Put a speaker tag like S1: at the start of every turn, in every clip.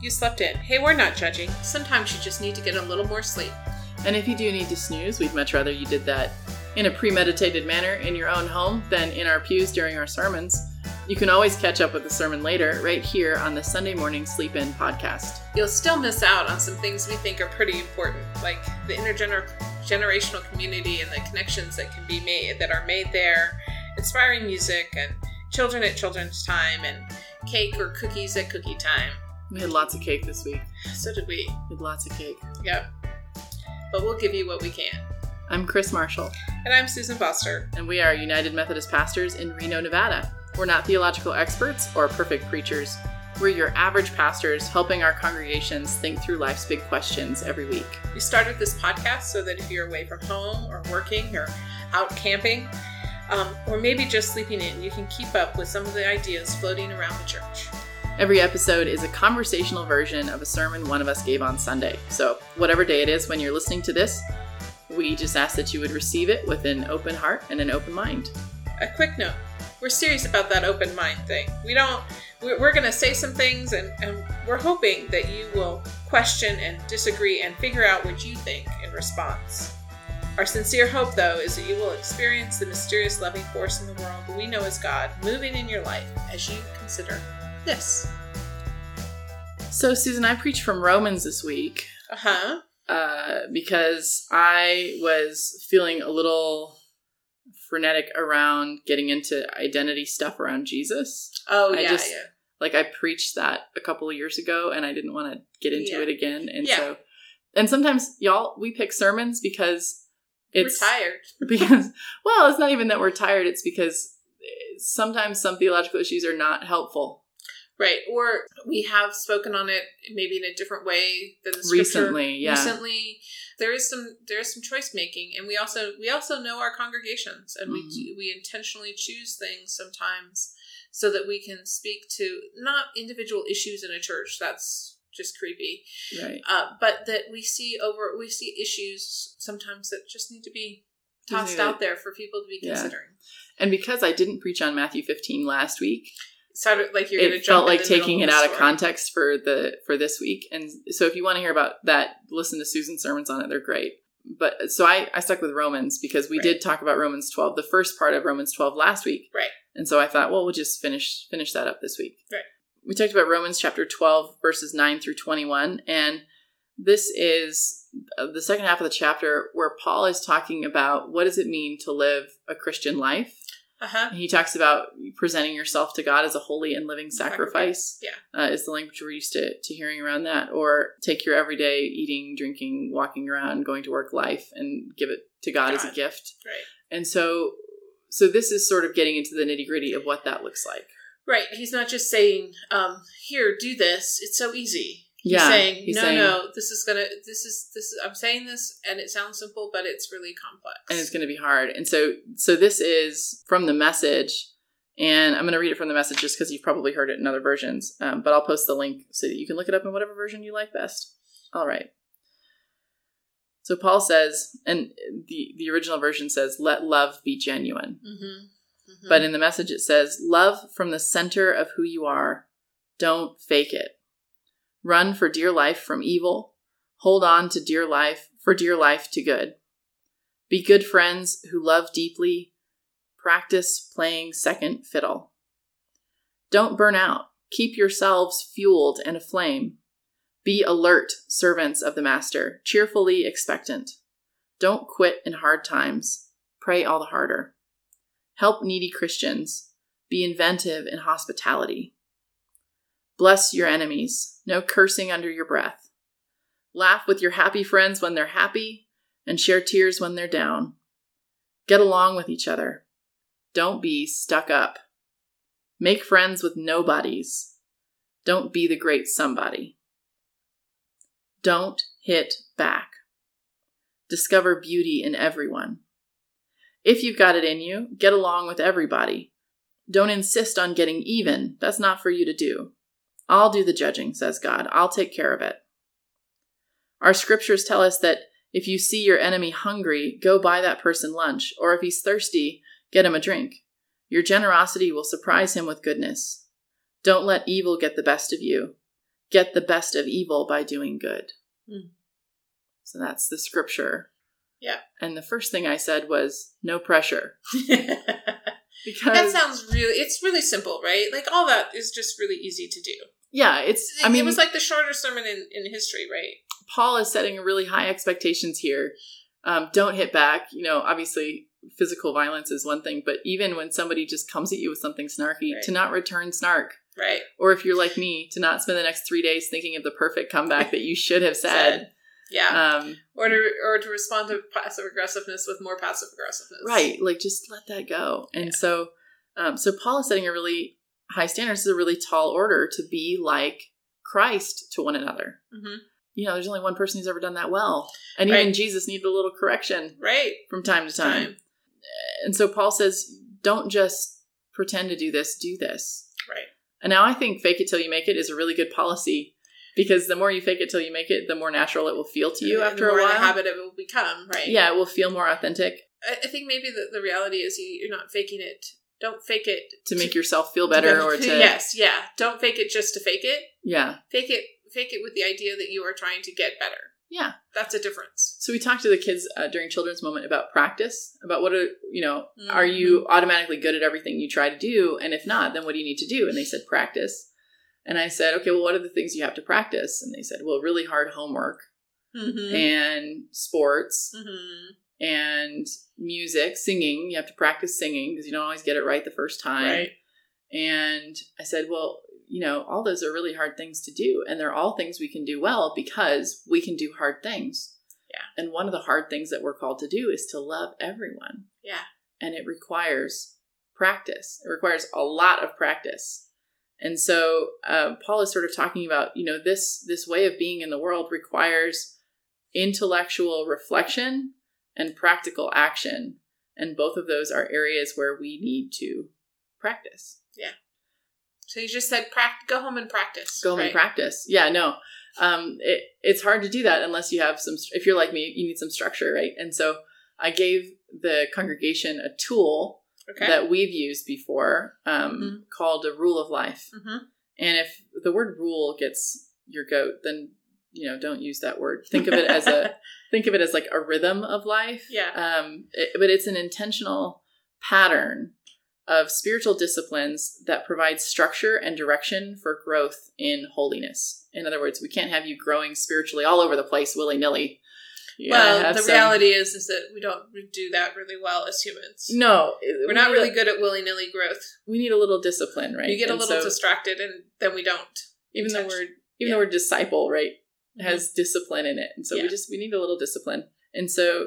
S1: You slept in. Hey, we're not judging. Sometimes you just need to get a little more sleep.
S2: And if you do need to snooze, we'd much rather you did that in a premeditated manner in your own home than in our pews during our sermons. You can always catch up with the sermon later, right here on the Sunday Morning Sleep In podcast.
S1: You'll still miss out on some things we think are pretty important, like the intergenerational community and the connections that can be made that are made there, inspiring music and children at children's time and cake or cookies at cookie time.
S2: We had lots of cake this week.
S1: So did we.
S2: We had lots of cake.
S1: Yep. But we'll give you what we can.
S2: I'm Chris Marshall,
S1: And I'm Susan Foster.
S2: and we are United Methodist pastors in Reno, Nevada. We're not theological experts or perfect preachers. We're your average pastors helping our congregations think through life's big questions every week.
S1: We started this podcast so that if you're away from home or working or out camping, um, or maybe just sleeping in, you can keep up with some of the ideas floating around the church.
S2: Every episode is a conversational version of a sermon one of us gave on Sunday. So, whatever day it is when you're listening to this, we just ask that you would receive it with an open heart and an open mind.
S1: A quick note we're serious about that open mind thing. We don't, we're, we're going to say some things, and, and we're hoping that you will question and disagree and figure out what you think in response. Our sincere hope, though, is that you will experience the mysterious loving force in the world that we know as God moving in your life as you consider this.
S2: So, Susan, I preached from Romans this week
S1: Uh huh.
S2: uh, because I was feeling a little frenetic around getting into identity stuff around Jesus.
S1: Oh
S2: I
S1: yeah,
S2: just-
S1: yeah.
S2: like I preached that a couple of years ago and I didn't want to get into
S1: Yeah.
S2: it again. And
S1: Yeah.
S2: so and sometimes y'all we pick sermons because it's
S1: we're tired.
S2: because well, it's not even that we're tired, it's because eh, sometimes some theological issues are not helpful
S1: Right. Or we have spoken on it maybe in a different way than the scripture.
S2: recently. Yeah.
S1: Recently, there is some there is some choice making, and we also we also know our congregations, and we
S2: Mhm.
S1: do, we intentionally choose things sometimes so that we can speak to not individual issues in a church. That's just creepy.
S2: Right.
S1: Uh, but that we see over we see issues sometimes that just need to be
S2: Just
S1: tossed
S2: need to-
S1: out there for people to be
S2: Yeah.
S1: considering.
S2: And because I didn't preach on Matthew 15 last week,
S1: Sounded like you're going to
S2: it
S1: jump
S2: felt
S1: in
S2: like
S1: the middle
S2: taking
S1: of
S2: it
S1: the
S2: out of
S1: story.
S2: context for the for this week and so if you want to hear about that listen to susan's sermons on it they're great but so i i stuck with romans because we
S1: Right.
S2: did talk about romans 12 the first part of romans 12 last week
S1: Right.
S2: and so i thought well we'll just finish finish that up this week
S1: Right.
S2: we talked about romans chapter 12 verses 9 through 21 and this is uh, the second half of the chapter where paul is talking about what does it mean to live a christian life
S1: Uh huh.
S2: and he talks about presenting yourself to God as a holy and living sacrifice.
S1: Sacrifice,
S2: Uh, is the language we're used to, to hearing around that. Or take your everyday eating, drinking, walking around, going to work life and give it to God, as a
S1: God.
S2: gift.
S1: Right.
S2: And so, so this is sort of getting into the nitty gritty of what that looks like.
S1: Right. He's not just saying, um, here, do this. It's so easy.
S2: Yeah,
S1: He's saying,
S2: he's
S1: no,
S2: saying-
S1: no, this is going to, this is, this is, I'm saying this and it sounds simple, but it's really complex.
S2: and it's going to be hard. And so, so this is from the message, and I'm going to read it from the message just because you've probably heard it in other versions. Um, but I'll post the link so that you can look it up in whatever version you like best. All right. So Paul says, and the the original version says, "Let love be genuine."
S1: Mm-hmm. hmm
S2: But in the message, it says, Love from the center of who you are. Don't fake it. Run for dear life from evil. Hold on to dear life, for dear life to good. Be good friends who love deeply. Practice playing second fiddle. Don't burn out. Keep yourselves fueled and aflame. Be alert, servants of the Master, cheerfully expectant. Don't quit in hard times. Pray all the harder help needy Christians, be inventive in hospitality. Bless your enemies, no cursing under your breath. Laugh with your happy friends when they're happy, and share tears when they're down. Get along with each other. Don't be stuck up. Make friends with nobodies. Don't be the great somebody. Don't hit back. Discover beauty in everyone. If you've got it in you, get along with everybody. Don't insist on getting even. That's not for you to do. I'll do the judging, says God. I'll take care of it. Our scriptures tell us that if you see your enemy hungry, go buy that person lunch, or if he's thirsty, get him a drink. Your generosity will surprise him with goodness. Don't let evil get the best of you. get the best of evil by doing good.
S1: Mm.
S2: So that's the scripture.
S1: Yeah.
S2: And the first thing I said was no pressure
S1: that
S2: because
S1: sounds really. It's really simple, right? Like all that is just really easy to do.
S2: yeah, it's I
S1: it
S2: mean
S1: was like the shorter sermon in, in history, right?
S2: Paul is setting really high expectations here. Um, don't hit back. You know, obviously, physical violence is one thing, but even when somebody just comes at you with something snarky,
S1: Right.
S2: to not return snark.
S1: Right.
S2: Or if you're like me, to not spend the next three days thinking of the perfect comeback that you should have said.
S1: Yeah.
S2: Um,
S1: or to or to respond to passive aggressiveness with more passive aggressiveness.
S2: right. Like, just let that go. And so, um, so Paul is setting a really high standard. This is a really tall order to be like Christ to one another.
S1: hmm
S2: You know, there's only one person who's ever done that well. And even
S1: Right.
S2: Jesus needed a little correction
S1: Right.
S2: from time to time. And so Paul says, don't just pretend to do this, do this.
S1: Right.
S2: And now I think fake it till you make it is a really good policy because the more you fake it till you make it, the more natural it will feel to you
S1: And
S2: after
S1: the
S2: a
S1: more
S2: while.
S1: the habit of it will become. Right.
S2: Yeah, it will feel more authentic
S1: I, I think maybe the, the reality is you, you're not faking it. Don't fake it
S2: to make yourself feel better or to
S1: yes, yeah. Don't fake it just to fake it.
S2: yeah.
S1: Fake it. Fake it with the idea that you are trying to get better.
S2: Yeah.
S1: That's a difference.
S2: So we talked to the kids uh, during children's moment about practice, about what are, you know,
S1: Mhm.
S2: are you automatically good at everything you try to do? And if not, then what do you need to do? And they said practice. And I said, okay, well, what are the things you have to practice? And they said, well, really hard homework.
S1: Mm-hmm.
S2: and sports
S1: Mm-hmm.
S2: and music, singing. You have to practice singing because you don't always get it right the first time.
S1: Right.
S2: And I said, well, you know, all those are really hard things to do, and they're all things we can do well because we can do hard things.
S1: Yeah.
S2: And one of the hard things that we're called to do is to love everyone.
S1: Yeah.
S2: And it requires practice. It requires a lot of practice. And so uh, Paul is sort of talking about, you know, this this way of being in the world requires intellectual reflection and practical action, and both of those are areas where we need to practice.
S1: So you just said, prac- go home and practice.
S2: go home and
S1: right?
S2: practice. Yeah, no. Um, it, it's hard to do that unless you have some, if you're like me, you need some structure, right? And so I gave the congregation a tool
S1: Okay.
S2: that we've used before um, called a rule of life.
S1: mm-hmm.
S2: And if the word rule gets your goat, then, you know, don't use that word. Think of it as a, think of it as like a rhythm of life.
S1: Yeah.
S2: Um, it- but it's an intentional pattern of spiritual disciplines that provides structure and direction for growth in holiness. In other words, we can't have you growing spiritually all over the place willy nilly.
S1: well, the reality is is that we don't do that really well as humans.
S2: No,
S1: We're not really good at willy nilly growth.
S2: We need a little discipline, right?
S1: We get a
S2: And
S1: little
S2: so
S1: distracted, and then we don't.
S2: even the
S1: touched.
S2: word even
S1: Yeah.
S2: the word disciple, right? has discipline in it and so we
S1: Yeah.
S2: just we need a little discipline and so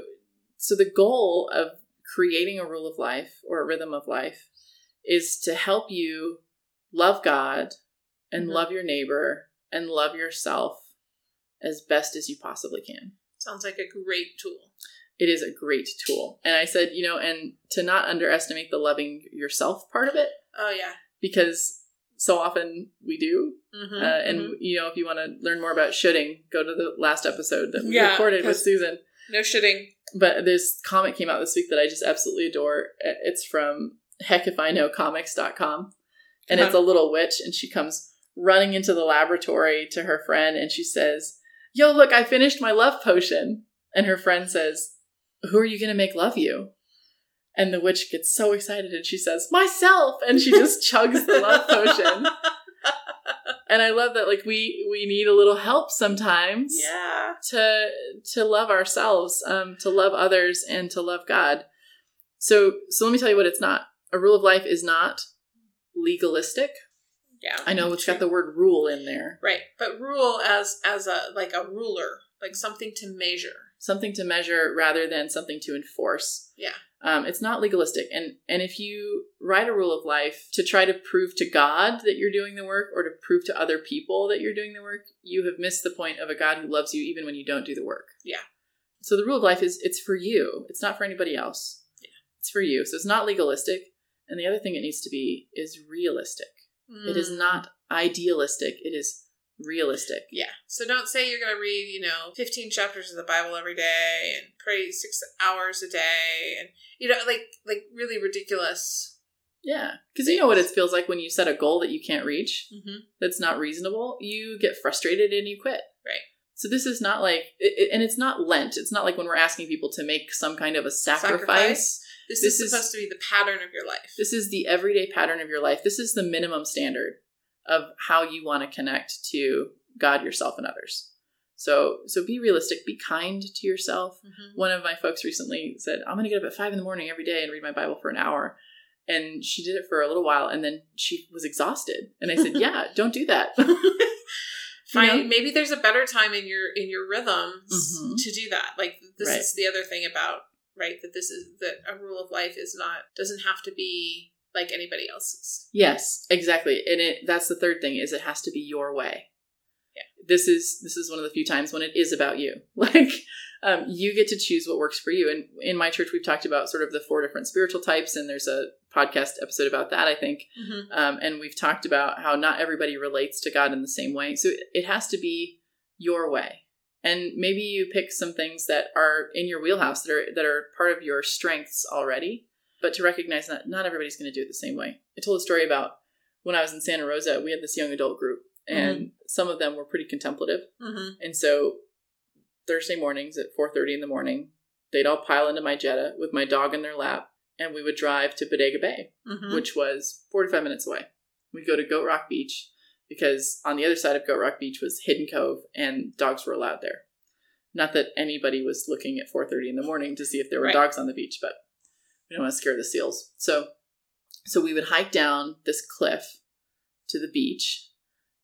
S2: so the goal of creating a rule of life or a rhythm of life is to help you love god and
S1: Mhm.
S2: love your neighbor and love yourself as best as you possibly can
S1: sounds like a great tool.
S2: it is a great tool and i said you know and to not underestimate the loving yourself part of it
S1: Oh yeah.
S2: because so often we do
S1: Mm-hmm.
S2: uh, and you know if you want to learn more about shoulding go to the last episode that we
S1: Yeah,
S2: recorded with
S1: 'cause-
S2: susan
S1: no shitting.
S2: but this comic came out this week that I just absolutely adore. It's from heckifiknowcomics.com. And it's a little witch, and she comes running into the laboratory to her friend, and she says, Yo, look, I finished my love potion. And her friend says, Who are you going to make love you? And the witch gets so excited, and she says, Myself! And she just chugs the love potion. And I love that, like, we, we need a little help sometimes
S1: yeah.
S2: to to love ourselves, um, to love others, and to love God. So so let me tell you what it's not. A rule of life is not legalistic.
S1: Yeah.
S2: I know it's got
S1: True.
S2: the word rule in there,
S1: Right, but rule as as a like a ruler, like something to measure.
S2: something to measure rather than something to enforce.
S1: Yeah.
S2: Um, it's not legalistic, and and if you write a rule of life to try to prove to God that you're doing the work, or to prove to other people that you're doing the work, you have missed the point of a God who loves you even when you don't do the work.
S1: Yeah.
S2: So the rule of life is it's for you. It's not for anybody else. Yeah. It's for you. So it's not legalistic. And the other thing it needs to be is realistic. It is
S1: Mm.
S2: not idealistic. It is realistic.
S1: Yeah. So don't say you're going to read, you know, 15 chapters of the Bible every day and pray 6 hours a day and you know like like really ridiculous
S2: Yeah. Because you know what it feels like when you set a goal that you can't reach
S1: Mm-hmm.
S2: that's not reasonable. You get frustrated and you quit.
S1: Right.
S2: So this is not like, it, it- and it's not Lent. It's not like when we're asking people to make some kind of a sacrifice.
S1: Sacrifice? This,
S2: This
S1: is
S2: is-
S1: supposed to be the pattern of your life.
S2: This is the everyday pattern of your life. This is the minimum standard of how you want to connect to God, yourself, and others. So, so be realistic. Be kind to yourself.
S1: Mhm.
S2: one of my folks recently said, I'm going to get up at five in the morning every day and read my Bible for an hour. And she did it for a little while and then she was exhausted. And I said, Yeah, don't do that.
S1: Find
S2: You know?
S1: maybe there's a better time in your in your rhythms
S2: Mhm.
S1: to do that. Like this
S2: Right.
S1: is the other thing about right that this is that a rule of life is not doesn't have to be like anybody else's.
S2: yes, exactly. And it that's the third thing is it has to be your way.
S1: Yeah.
S2: This is this is one of the few times when it is about you. Like um, you get to choose what works for you. And in my church, we've talked about sort of the four different spiritual types, and there's a podcast episode about that, I think. Um, and we've talked about how not everybody relates to God in the same way. So it has to be your way. And maybe you pick some things that are in your wheelhouse that are that are part of your strengths already, but to recognize that not everybody's going to do it the same way. I told a story about when I was in Santa Rosa, we had this young adult group and some of them were pretty contemplative.
S1: Mm-hmm.
S2: And so Thursday mornings at 4:30 in the morning, they'd all pile into my Jetta with my dog in their lap and we would drive to Bodega Bay
S1: Mm-hmm.
S2: which was 45 minutes away. We'd go to Goat Rock Beach because on the other side of Goat Rock Beach was Hidden Cove and dogs were allowed there. Not that anybody was looking at 4:30 in the morning to see if there were
S1: Right.
S2: dogs on the beach, but we don't want to scare the seals. So so we would hike down this cliff to the beach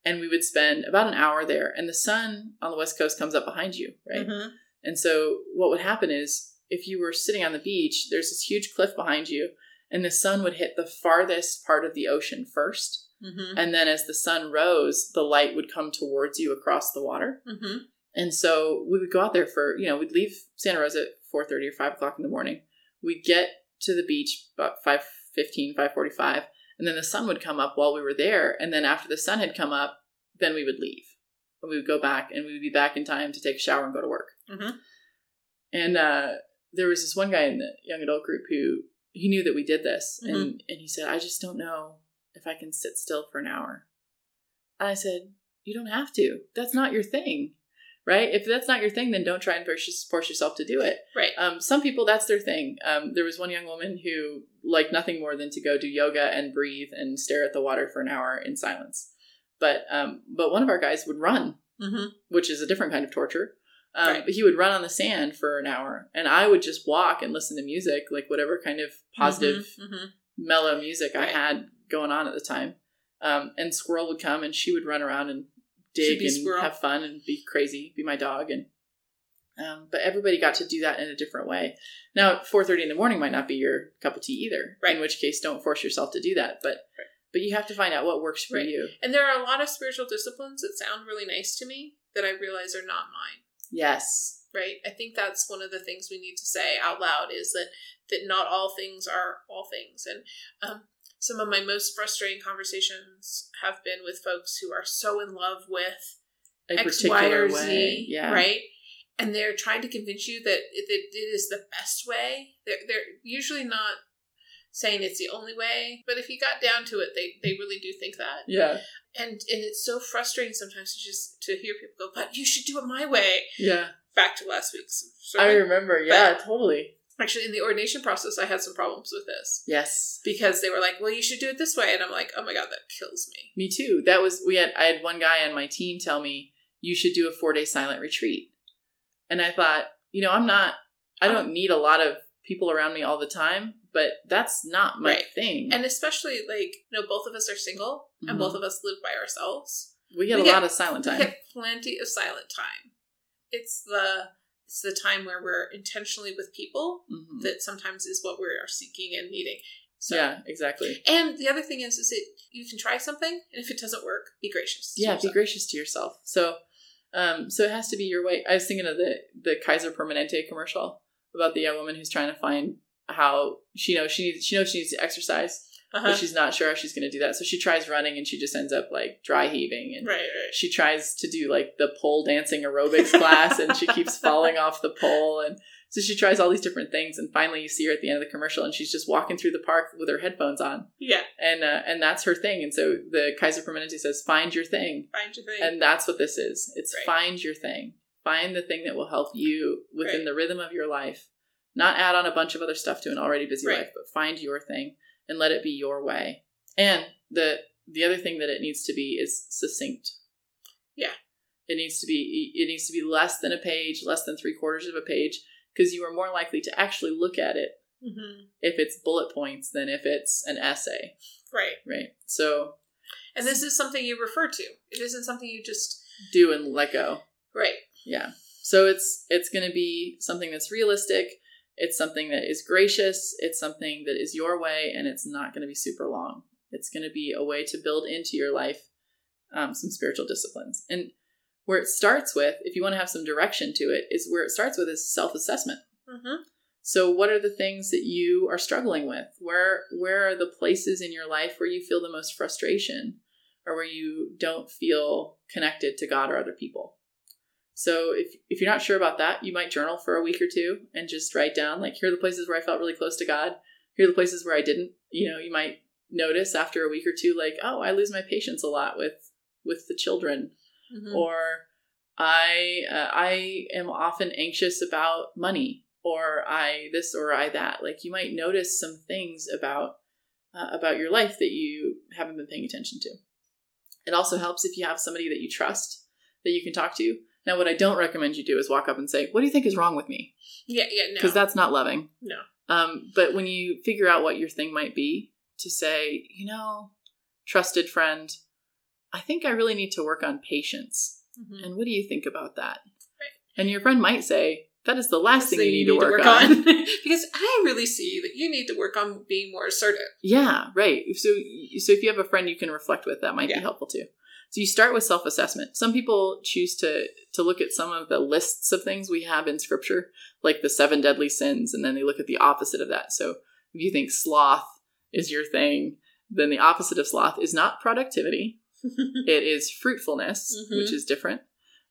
S2: and we would spend about an hour there and the sun on the west coast comes up behind you, right?
S1: Mm-hmm.
S2: And so what would happen is if you were sitting on the beach, there's this huge cliff behind you, and the sun would hit the farthest part of the ocean 1st
S1: Mm-hmm.
S2: And then as the sun rose, the light would come towards you across the water.
S1: Mm-hmm.
S2: And so we would go out there for, you know, we'd leave Santa Rosa at 4.30 or 5 o'clock in the morning. We'd get to the beach about 5.15, 5.45, and then the sun would come up while we were there. And then after the sun had come up, then we would leave. And we would go back, and we would be back in time to take a shower and go to work.
S1: Mhm.
S2: And uh, there was this one guy in the young adult group who he knew that we did this, and and he said, "I just don't know if I can sit still for an hour." And I said, "You don't have to. That's not your thing." Right? If that's not your thing, then don't try and force your- force yourself to do it.
S1: Right.
S2: Um, some people, that's their thing. Um, there was one young woman who liked nothing more than to go do yoga and breathe and stare at the water for an hour in silence. But um, but one of our guys would run
S1: Mm-hmm.
S2: which is a different kind of torture. Um,
S1: Right.
S2: But he would run on the sand for an hour, and I would just walk and listen to music, like whatever kind of positive,
S1: Mm-hmm.
S2: mellow music I
S1: Right.
S2: had going on at the time. Um, and Squirrel would come, and she would run around and
S1: She'd
S2: dig
S1: be
S2: and
S1: Squirrel.
S2: have fun and be crazy, be my dog, and um, but everybody got to do that in a different way. Now, four thirty in the morning might not be your cup of tea either.
S1: Right.
S2: In which case, don't force yourself to do that, but.
S1: Right.
S2: But you have to find out what works for
S1: Right.
S2: you.
S1: And there are a lot of spiritual disciplines that sound really nice to me that I realize are not mine.
S2: Yes.
S1: right i think that's one of the things we need to say out loud is that that not all things are all things and um, some of my most frustrating conversations have been with folks who are so in love with
S2: A
S1: X, Y, or
S2: particular way.
S1: Z,
S2: Yeah.
S1: right? And they're trying to convince you that it, that it is the best way. They're, they're usually not saying it's the only way, but if you got down to it, they, they really do think that
S2: Yeah.
S1: and and it's so frustrating sometimes to just to hear people go but you should do it my way
S2: Yeah.
S1: back to last week's
S2: I
S1: sermon.
S2: remember. Yeah, totally.
S1: actually in the ordination process i had some problems with this
S2: Yes.
S1: because they were like well you should do it this way and i'm like oh my god that kills me
S2: Me too. That was we had I had one guy on my team tell me you should do a 4-day silent retreat. And I thought, you know, I'm not I don't need a lot of people around me all the time, but that's not my
S1: Right.
S2: thing.
S1: and especially like you know both of us are single and
S2: Mhm.
S1: both of us live by ourselves
S2: we get
S1: we
S2: a
S1: get-
S2: lot of silent
S1: we
S2: time.
S1: get plenty of silent time it's the it's the time where we're intentionally with people
S2: Mhm.
S1: that sometimes is what we are seeking and needing so
S2: Yeah, exactly.
S1: and the other thing is is it you can try something and if it doesn't work be gracious to
S2: Yeah, be
S1: yourself.
S2: gracious to yourself. So um so it has to be your way. I was thinking of the the Kaiser Permanente commercial about the young woman who's trying to find how she knows she needs she knows she needs to exercise but
S1: Uh-huh.
S2: she's not sure if she's going to do that. So she tries running and she just ends up like dry heaving and
S1: Right, right.
S2: she tries to do like the pole dancing aerobics class and she keeps falling off the pole and so she tries all these different things and finally you see her at the end of the commercial and she's just walking through the park with her headphones on
S1: Yeah,
S2: and uh, and that's her thing and so the Kaiser Permanente says find your thing
S1: find your thing.
S2: and that's what this is it's
S1: Right.
S2: find your thing find the thing that will help you within
S1: Right.
S2: the rhythm of your life not add on a bunch of other stuff to an already busy
S1: Right.
S2: life but find your thing and let it be your way and the the other thing that it needs to be is succinct
S1: Yeah.
S2: it needs to be it needs to be less than a page less than three quarters of a page because you are more likely to actually look at it
S1: Mhm.
S2: if it's bullet points than if it's an essay
S1: Right.
S2: right so
S1: And this is something you refer to. It isn't something you just.
S2: do and let go
S1: Right.
S2: Yeah. So it's it's going to be something that's realistic. It's something that is gracious. It's something that is your way, and it's not going to be super long. It's going to be a way to build into your life um, some spiritual disciplines. And where it starts with, if you want to have some direction to it, is where it starts with is self assessment.
S1: Mm-hmm.
S2: So what are the things that you are struggling with? Where where are the places in your life where you feel the most frustration or where you don't feel connected to God or other people? So if if you're not sure about that, you might journal for a week or two and just write down like here are the places where I felt really close to God, here are the places where I didn't. You know, you might notice after a week or two like, "Oh, I lose my patience a lot with with the children
S1: Mm.
S2: or I uh, I am often anxious about money, or I this or I that. Like you might notice some things about uh, about your life that you haven't been paying attention to. It also helps if you have somebody that you trust that you can talk to. Now, what I don't recommend you do is walk up and say, "What do you think is wrong with me?"
S1: Yeah, yeah, no.
S2: Because that's not loving.
S1: No.
S2: Um, but when you figure out what your thing might be, to say, you know, trusted friend, I think I really need to work on patience.
S1: Mhm.
S2: And what do you think about that?
S1: Right.
S2: And your friend might say, that is the last thing
S1: Thing
S2: you need, to, work on.
S1: because I really see that you need to work on being more assertive.
S2: yeah, right. So so if you have a friend you can reflect with, that might
S1: Yeah.
S2: be helpful too. So you start with self-assessment. Some people choose to to look at some of the lists of things we have in scripture, like the seven deadly sins, and then they look at the opposite of that. So if you think sloth is your thing, then the opposite of sloth is not productivity. it is fruitfulness,
S1: Mhm.
S2: which is different,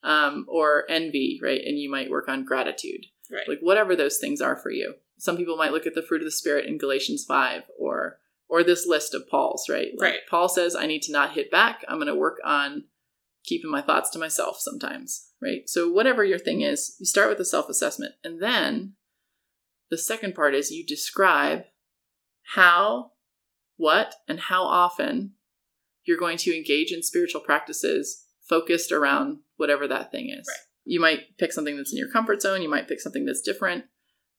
S2: um, or envy, right? And you might work on gratitude,
S1: Right.
S2: like whatever those things are for you. Some people might look at the fruit of the spirit in Galatians five, or or this list of Paul's, right? Like,
S1: Right.
S2: Paul says, "I need to not hit back. I'm going to work on keeping my thoughts to myself sometimes." Right. So whatever your thing is, you start with a self assessment, and then the second part is you describe how, what, and how often you're going to engage in spiritual practices focused around whatever that thing is.
S1: Right.
S2: You might pick something that's in your comfort zone. You might pick something that's different.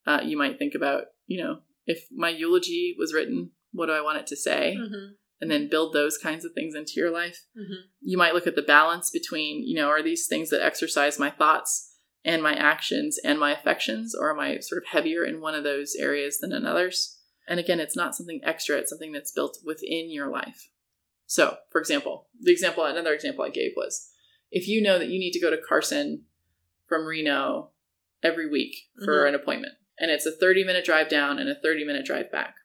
S2: Uh, you might think about, you know, if my eulogy was written, what do I want it to say?
S1: Mm-hmm.
S2: And then build those kinds of things into your life
S1: Mm-hmm.
S2: you might look at the balance between, you know, are these things that exercise my thoughts and my actions and my affections, or am I sort of heavier in one of those areas than in others? And again, it's not something extra, it's something that's built within your life. So, for example, the example, another example I gave was if you know that you need to go to Carson from Reno every week for
S1: Mhm.
S2: an appointment, and it's a 30 minute drive down and a 30 minute drive back.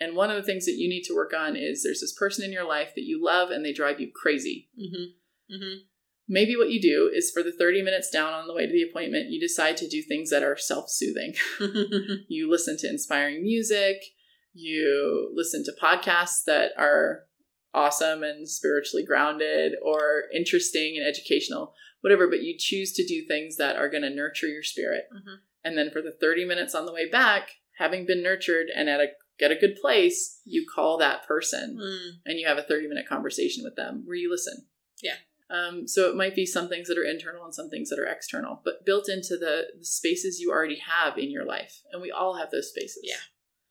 S2: And one of the things that you need to work on is there's this person in your life that you love and they drive you crazy
S1: Mm-hmm. Mm-hmm.
S2: maybe what you do is for the 30 minutes down on the way to the appointment, you decide to do things that are self soothing.
S1: Mm-hmm.
S2: You listen to inspiring music, you listen to podcasts that are awesome and spiritually grounded or interesting and educational, whatever, but you choose to do things that are going to nurture your spirit.
S1: Mhm.
S2: And then for the 30 minutes on the way back, having been nurtured and at a get a good place, you call that person and you have a 30 minute conversation with them where you listen.
S1: Yeah.
S2: Um, so it might be some things that are internal and some things that are external, but built into the, the spaces you already have in your life. And we all have those spaces.
S1: Yeah.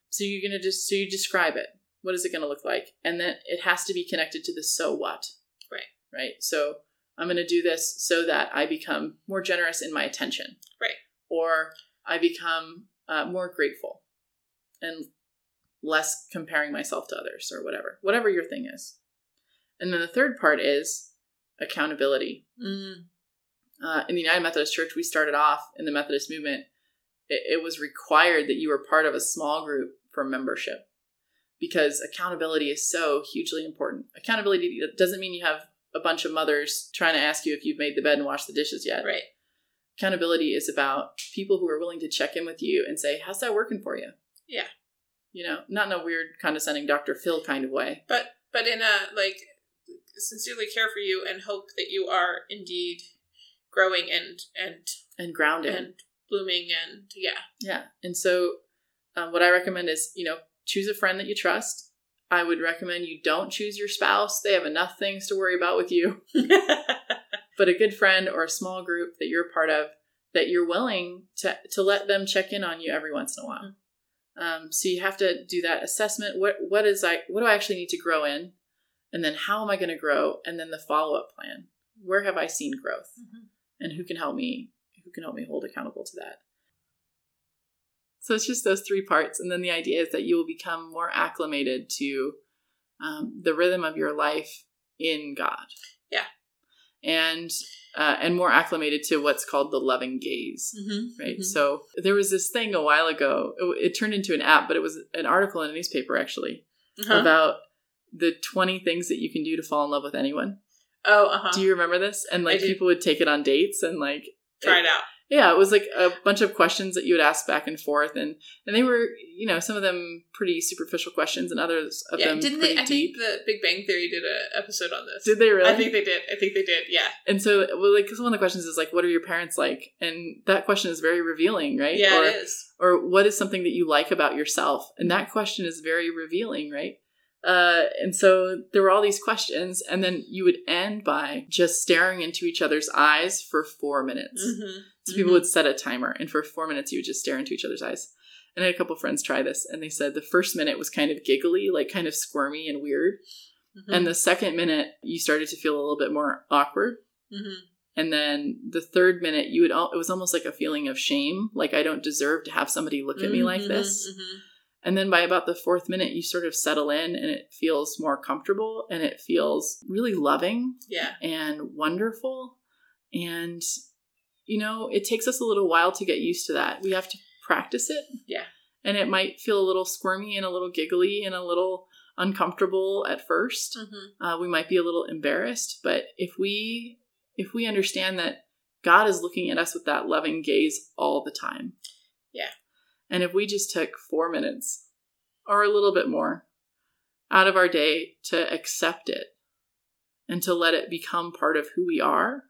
S2: So you're going to just, so you describe it. What is it going to look like? And then it has to be connected to the so what.
S1: Right.
S2: Right. So I'm going to do this so that I become more generous in my attention.
S1: Right.
S2: Or I become uh, more grateful and less comparing myself to others or whatever, whatever your thing is. And then the third part is accountability.
S1: Mm-hmm.
S2: Uh, in the United Methodist Church, we started off in the Methodist movement, it, it was required that you were part of a small group for membership because accountability is so hugely important. Accountability doesn't mean you have a bunch of mothers trying to ask you if you've made the bed and washed the dishes yet.
S1: Right.
S2: Accountability is about people who are willing to check in with you and say, "How's that working for you?"
S1: Yeah.
S2: You know, not in a weird condescending Dr. Phil kind of way.
S1: But but in a like sincerely care for you and hope that you are indeed growing and and
S2: And grounded.
S1: and blooming and yeah.
S2: Yeah. And so, um, what I recommend is, you know, choose a friend that you trust. I would recommend you don't choose your spouse. They have enough things to worry about with you. But a good friend or a small group that you're a part of that you're willing to, to let them check in on you every once in a while. Um, so you have to do that assessment. What what is I what do I actually need to grow in? And then how am I going to grow? And then the follow up plan. Where have I seen growth? and who can help me who can help me hold accountable to that so it's just those three parts and then the idea is that you will become more acclimated to um, the rhythm of your life in god
S1: Yeah.
S2: and uh, and more acclimated to what's called the loving gaze
S1: Mm-hmm.
S2: right so there was this thing a while ago it, it turned into an app but it was an article in a newspaper actually
S1: Uh-huh.
S2: about the 20 things that you can do to fall in love with anyone
S1: Oh, uh huh.
S2: do you remember this and like
S1: do.
S2: people would take it on dates and like
S1: Try it out.
S2: yeah, it was like a bunch of questions that you would ask back and forth, and and they were, you know, some of them pretty superficial questions, and others of
S1: Yeah,
S2: them
S1: didn't
S2: pretty
S1: they? I
S2: deep.
S1: think the Big Bang Theory did an episode on this.
S2: Did they really?
S1: I think they did. I think they did. Yeah.
S2: and so, well, like some of the questions is like, "What are your parents like?" And that question is very revealing, right?
S1: Yeah,
S2: or,
S1: it is.
S2: or what is something that you like about yourself? And that question is very revealing, right? Uh, and so there were all these questions, and then you would end by just staring into each other's eyes for four minutes.
S1: Mm-hmm.
S2: So people would set a timer, and for four minutes, you would just stare into each other's eyes. And I had a couple friends try this, and they said the first minute was kind of giggly, like kind of squirmy and weird.
S1: Mm-hmm.
S2: And the second minute, you started to feel a little bit more awkward.
S1: mm-hmm.
S2: And then the third minute, you would all, it was almost like a feeling of shame, like I don't deserve to have somebody look
S1: Mm-hmm,
S2: at me like this. And then by about the fourth minute, you sort of settle in, and it feels more comfortable, and it feels really loving
S1: Yeah.
S2: and wonderful. And, you know, it takes us a little while to get used to that. We have to practice it.
S1: Yeah.
S2: And it might feel a little squirmy and a little giggly and a little uncomfortable at 1st
S1: Mm-hmm.
S2: Uh, we might be a little embarrassed, but if we if we understand that God is looking at us with that loving gaze all the time,
S1: Yeah.
S2: And if we just took four minutes or a little bit more out of our day to accept it and to let it become part of who we are,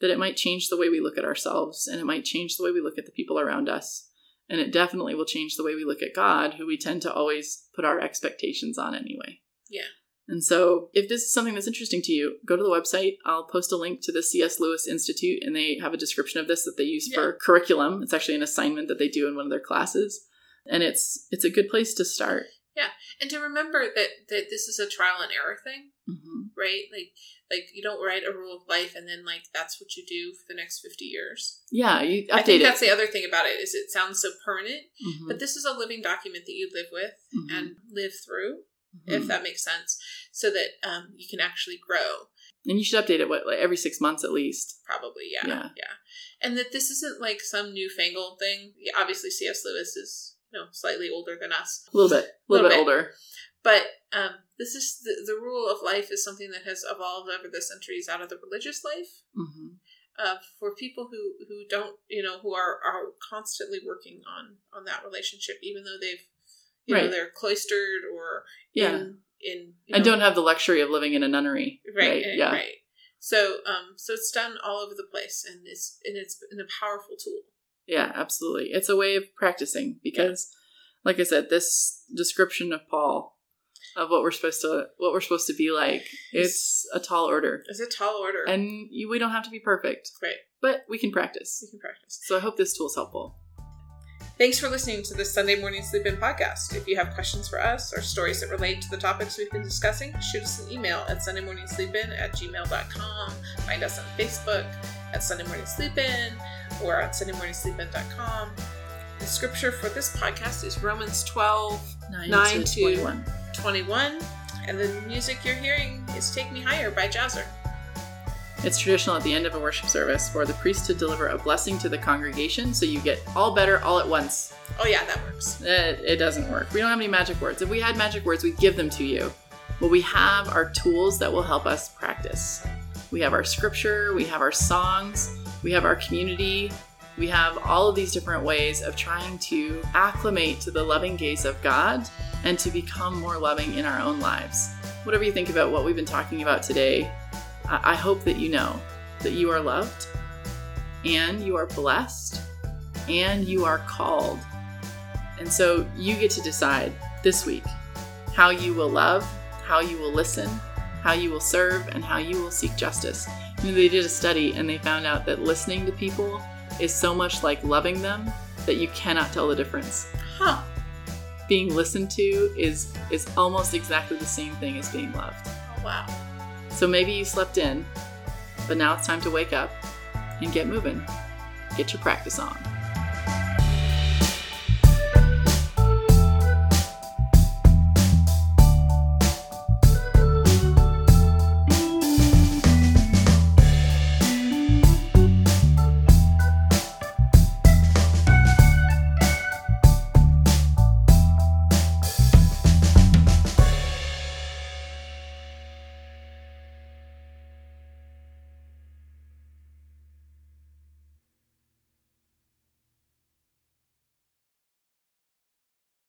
S2: that it might change the way we look at ourselves and it might change the way we look at the people around us. And it definitely will change the way we look at God, who we tend to always put our expectations on anyway.
S1: Yeah.
S2: And so, if this is something that's interesting to you, go to the website. I'll post a link to the C.S. Lewis Institute, and they have a description of this that they use for curriculum. It's actually an assignment that they do in one of their classes, and it's it's a good place to start.
S1: And to remember that that this is a trial and error thing,
S2: hmm
S1: right? Like like you don't write a rule of life and then like that's what you do for the next fifty years.
S2: Yeah, you update
S1: I think
S2: it.
S1: that's the other thing about it is it sounds so permanent,
S2: Mhm.
S1: but this is a living document that you live with
S2: Mhm.
S1: and live through,
S2: Mhm.
S1: if that makes sense, so that um, you can actually grow.
S2: and you should update it what like every six months at least.
S1: probably yeah, yeah
S2: Yeah.
S1: and that this isn't like some newfangled thing Yeah, obviously cs lewis is you know slightly older than us
S2: A little bit, a
S1: Little
S2: little, bit,
S1: bit.
S2: older.
S1: but um, this is the, the rule of life is something that has evolved over the centuries out of the religious life
S2: hmm
S1: uh, for people who who don't you know who are are constantly working on on that relationship even though they've you know
S2: Right.
S1: they're cloistered or
S2: Yeah,
S1: in, in you
S2: and
S1: know,
S2: don't have the luxury of living in a nunnery.
S1: right, and-
S2: Yeah.
S1: right so um so it's done all over the place and it's and it's a powerful tool
S2: Yeah, absolutely. It's a way of practicing because, like I said, this description of Paul of what we're supposed to what we're supposed to be like it's a tall order,
S1: It's a tall order.
S2: and you, we don't have to be perfect,
S1: Right.
S2: But we can practice.
S1: you can practice.
S2: So I hope this tool's helpful.
S1: Thanks for listening to this Sunday Morning Sleep In podcast. If you have questions for us or stories that relate to the topics we've been discussing, shoot us an email at sundaymorningsleepin at gmail.com. Find us on Facebook at Sunday Morning Sleep In or at sundaymorningsleepin.com. The scripture for this podcast is Romans 12,
S2: Nine,
S1: Nine
S2: to
S1: to-
S2: 21.
S1: 21, and the music you're hearing is Take Me Higher by Jazzer.
S2: It's traditional at the end of a worship service for the priest to deliver a blessing to the congregation so you get all better all at once.
S1: Oh, yeah, that works.
S2: It, it doesn't work. We don't have any magic words. If we had magic words, we'd give them to you. What we have are tools that will help us practice. We have our scripture, we have our songs, we have our community, we have all of these different ways of trying to acclimate to the loving gaze of God and to become more loving in our own lives. Whatever you think about what we've been talking about today, I I hope that you know that you are loved and you are blessed and you are called. And so you get to decide this week how you will love, how you will listen, how you will serve, and how you will seek justice. You know, they did a study and they found out that listening to people is so much like loving them that you cannot tell the difference.
S1: Huh.
S2: Being listened to is is almost exactly the same thing as being loved.
S1: Oh, wow.
S2: So maybe you slept in, but now it's time to wake up and get moving. Get your practice on.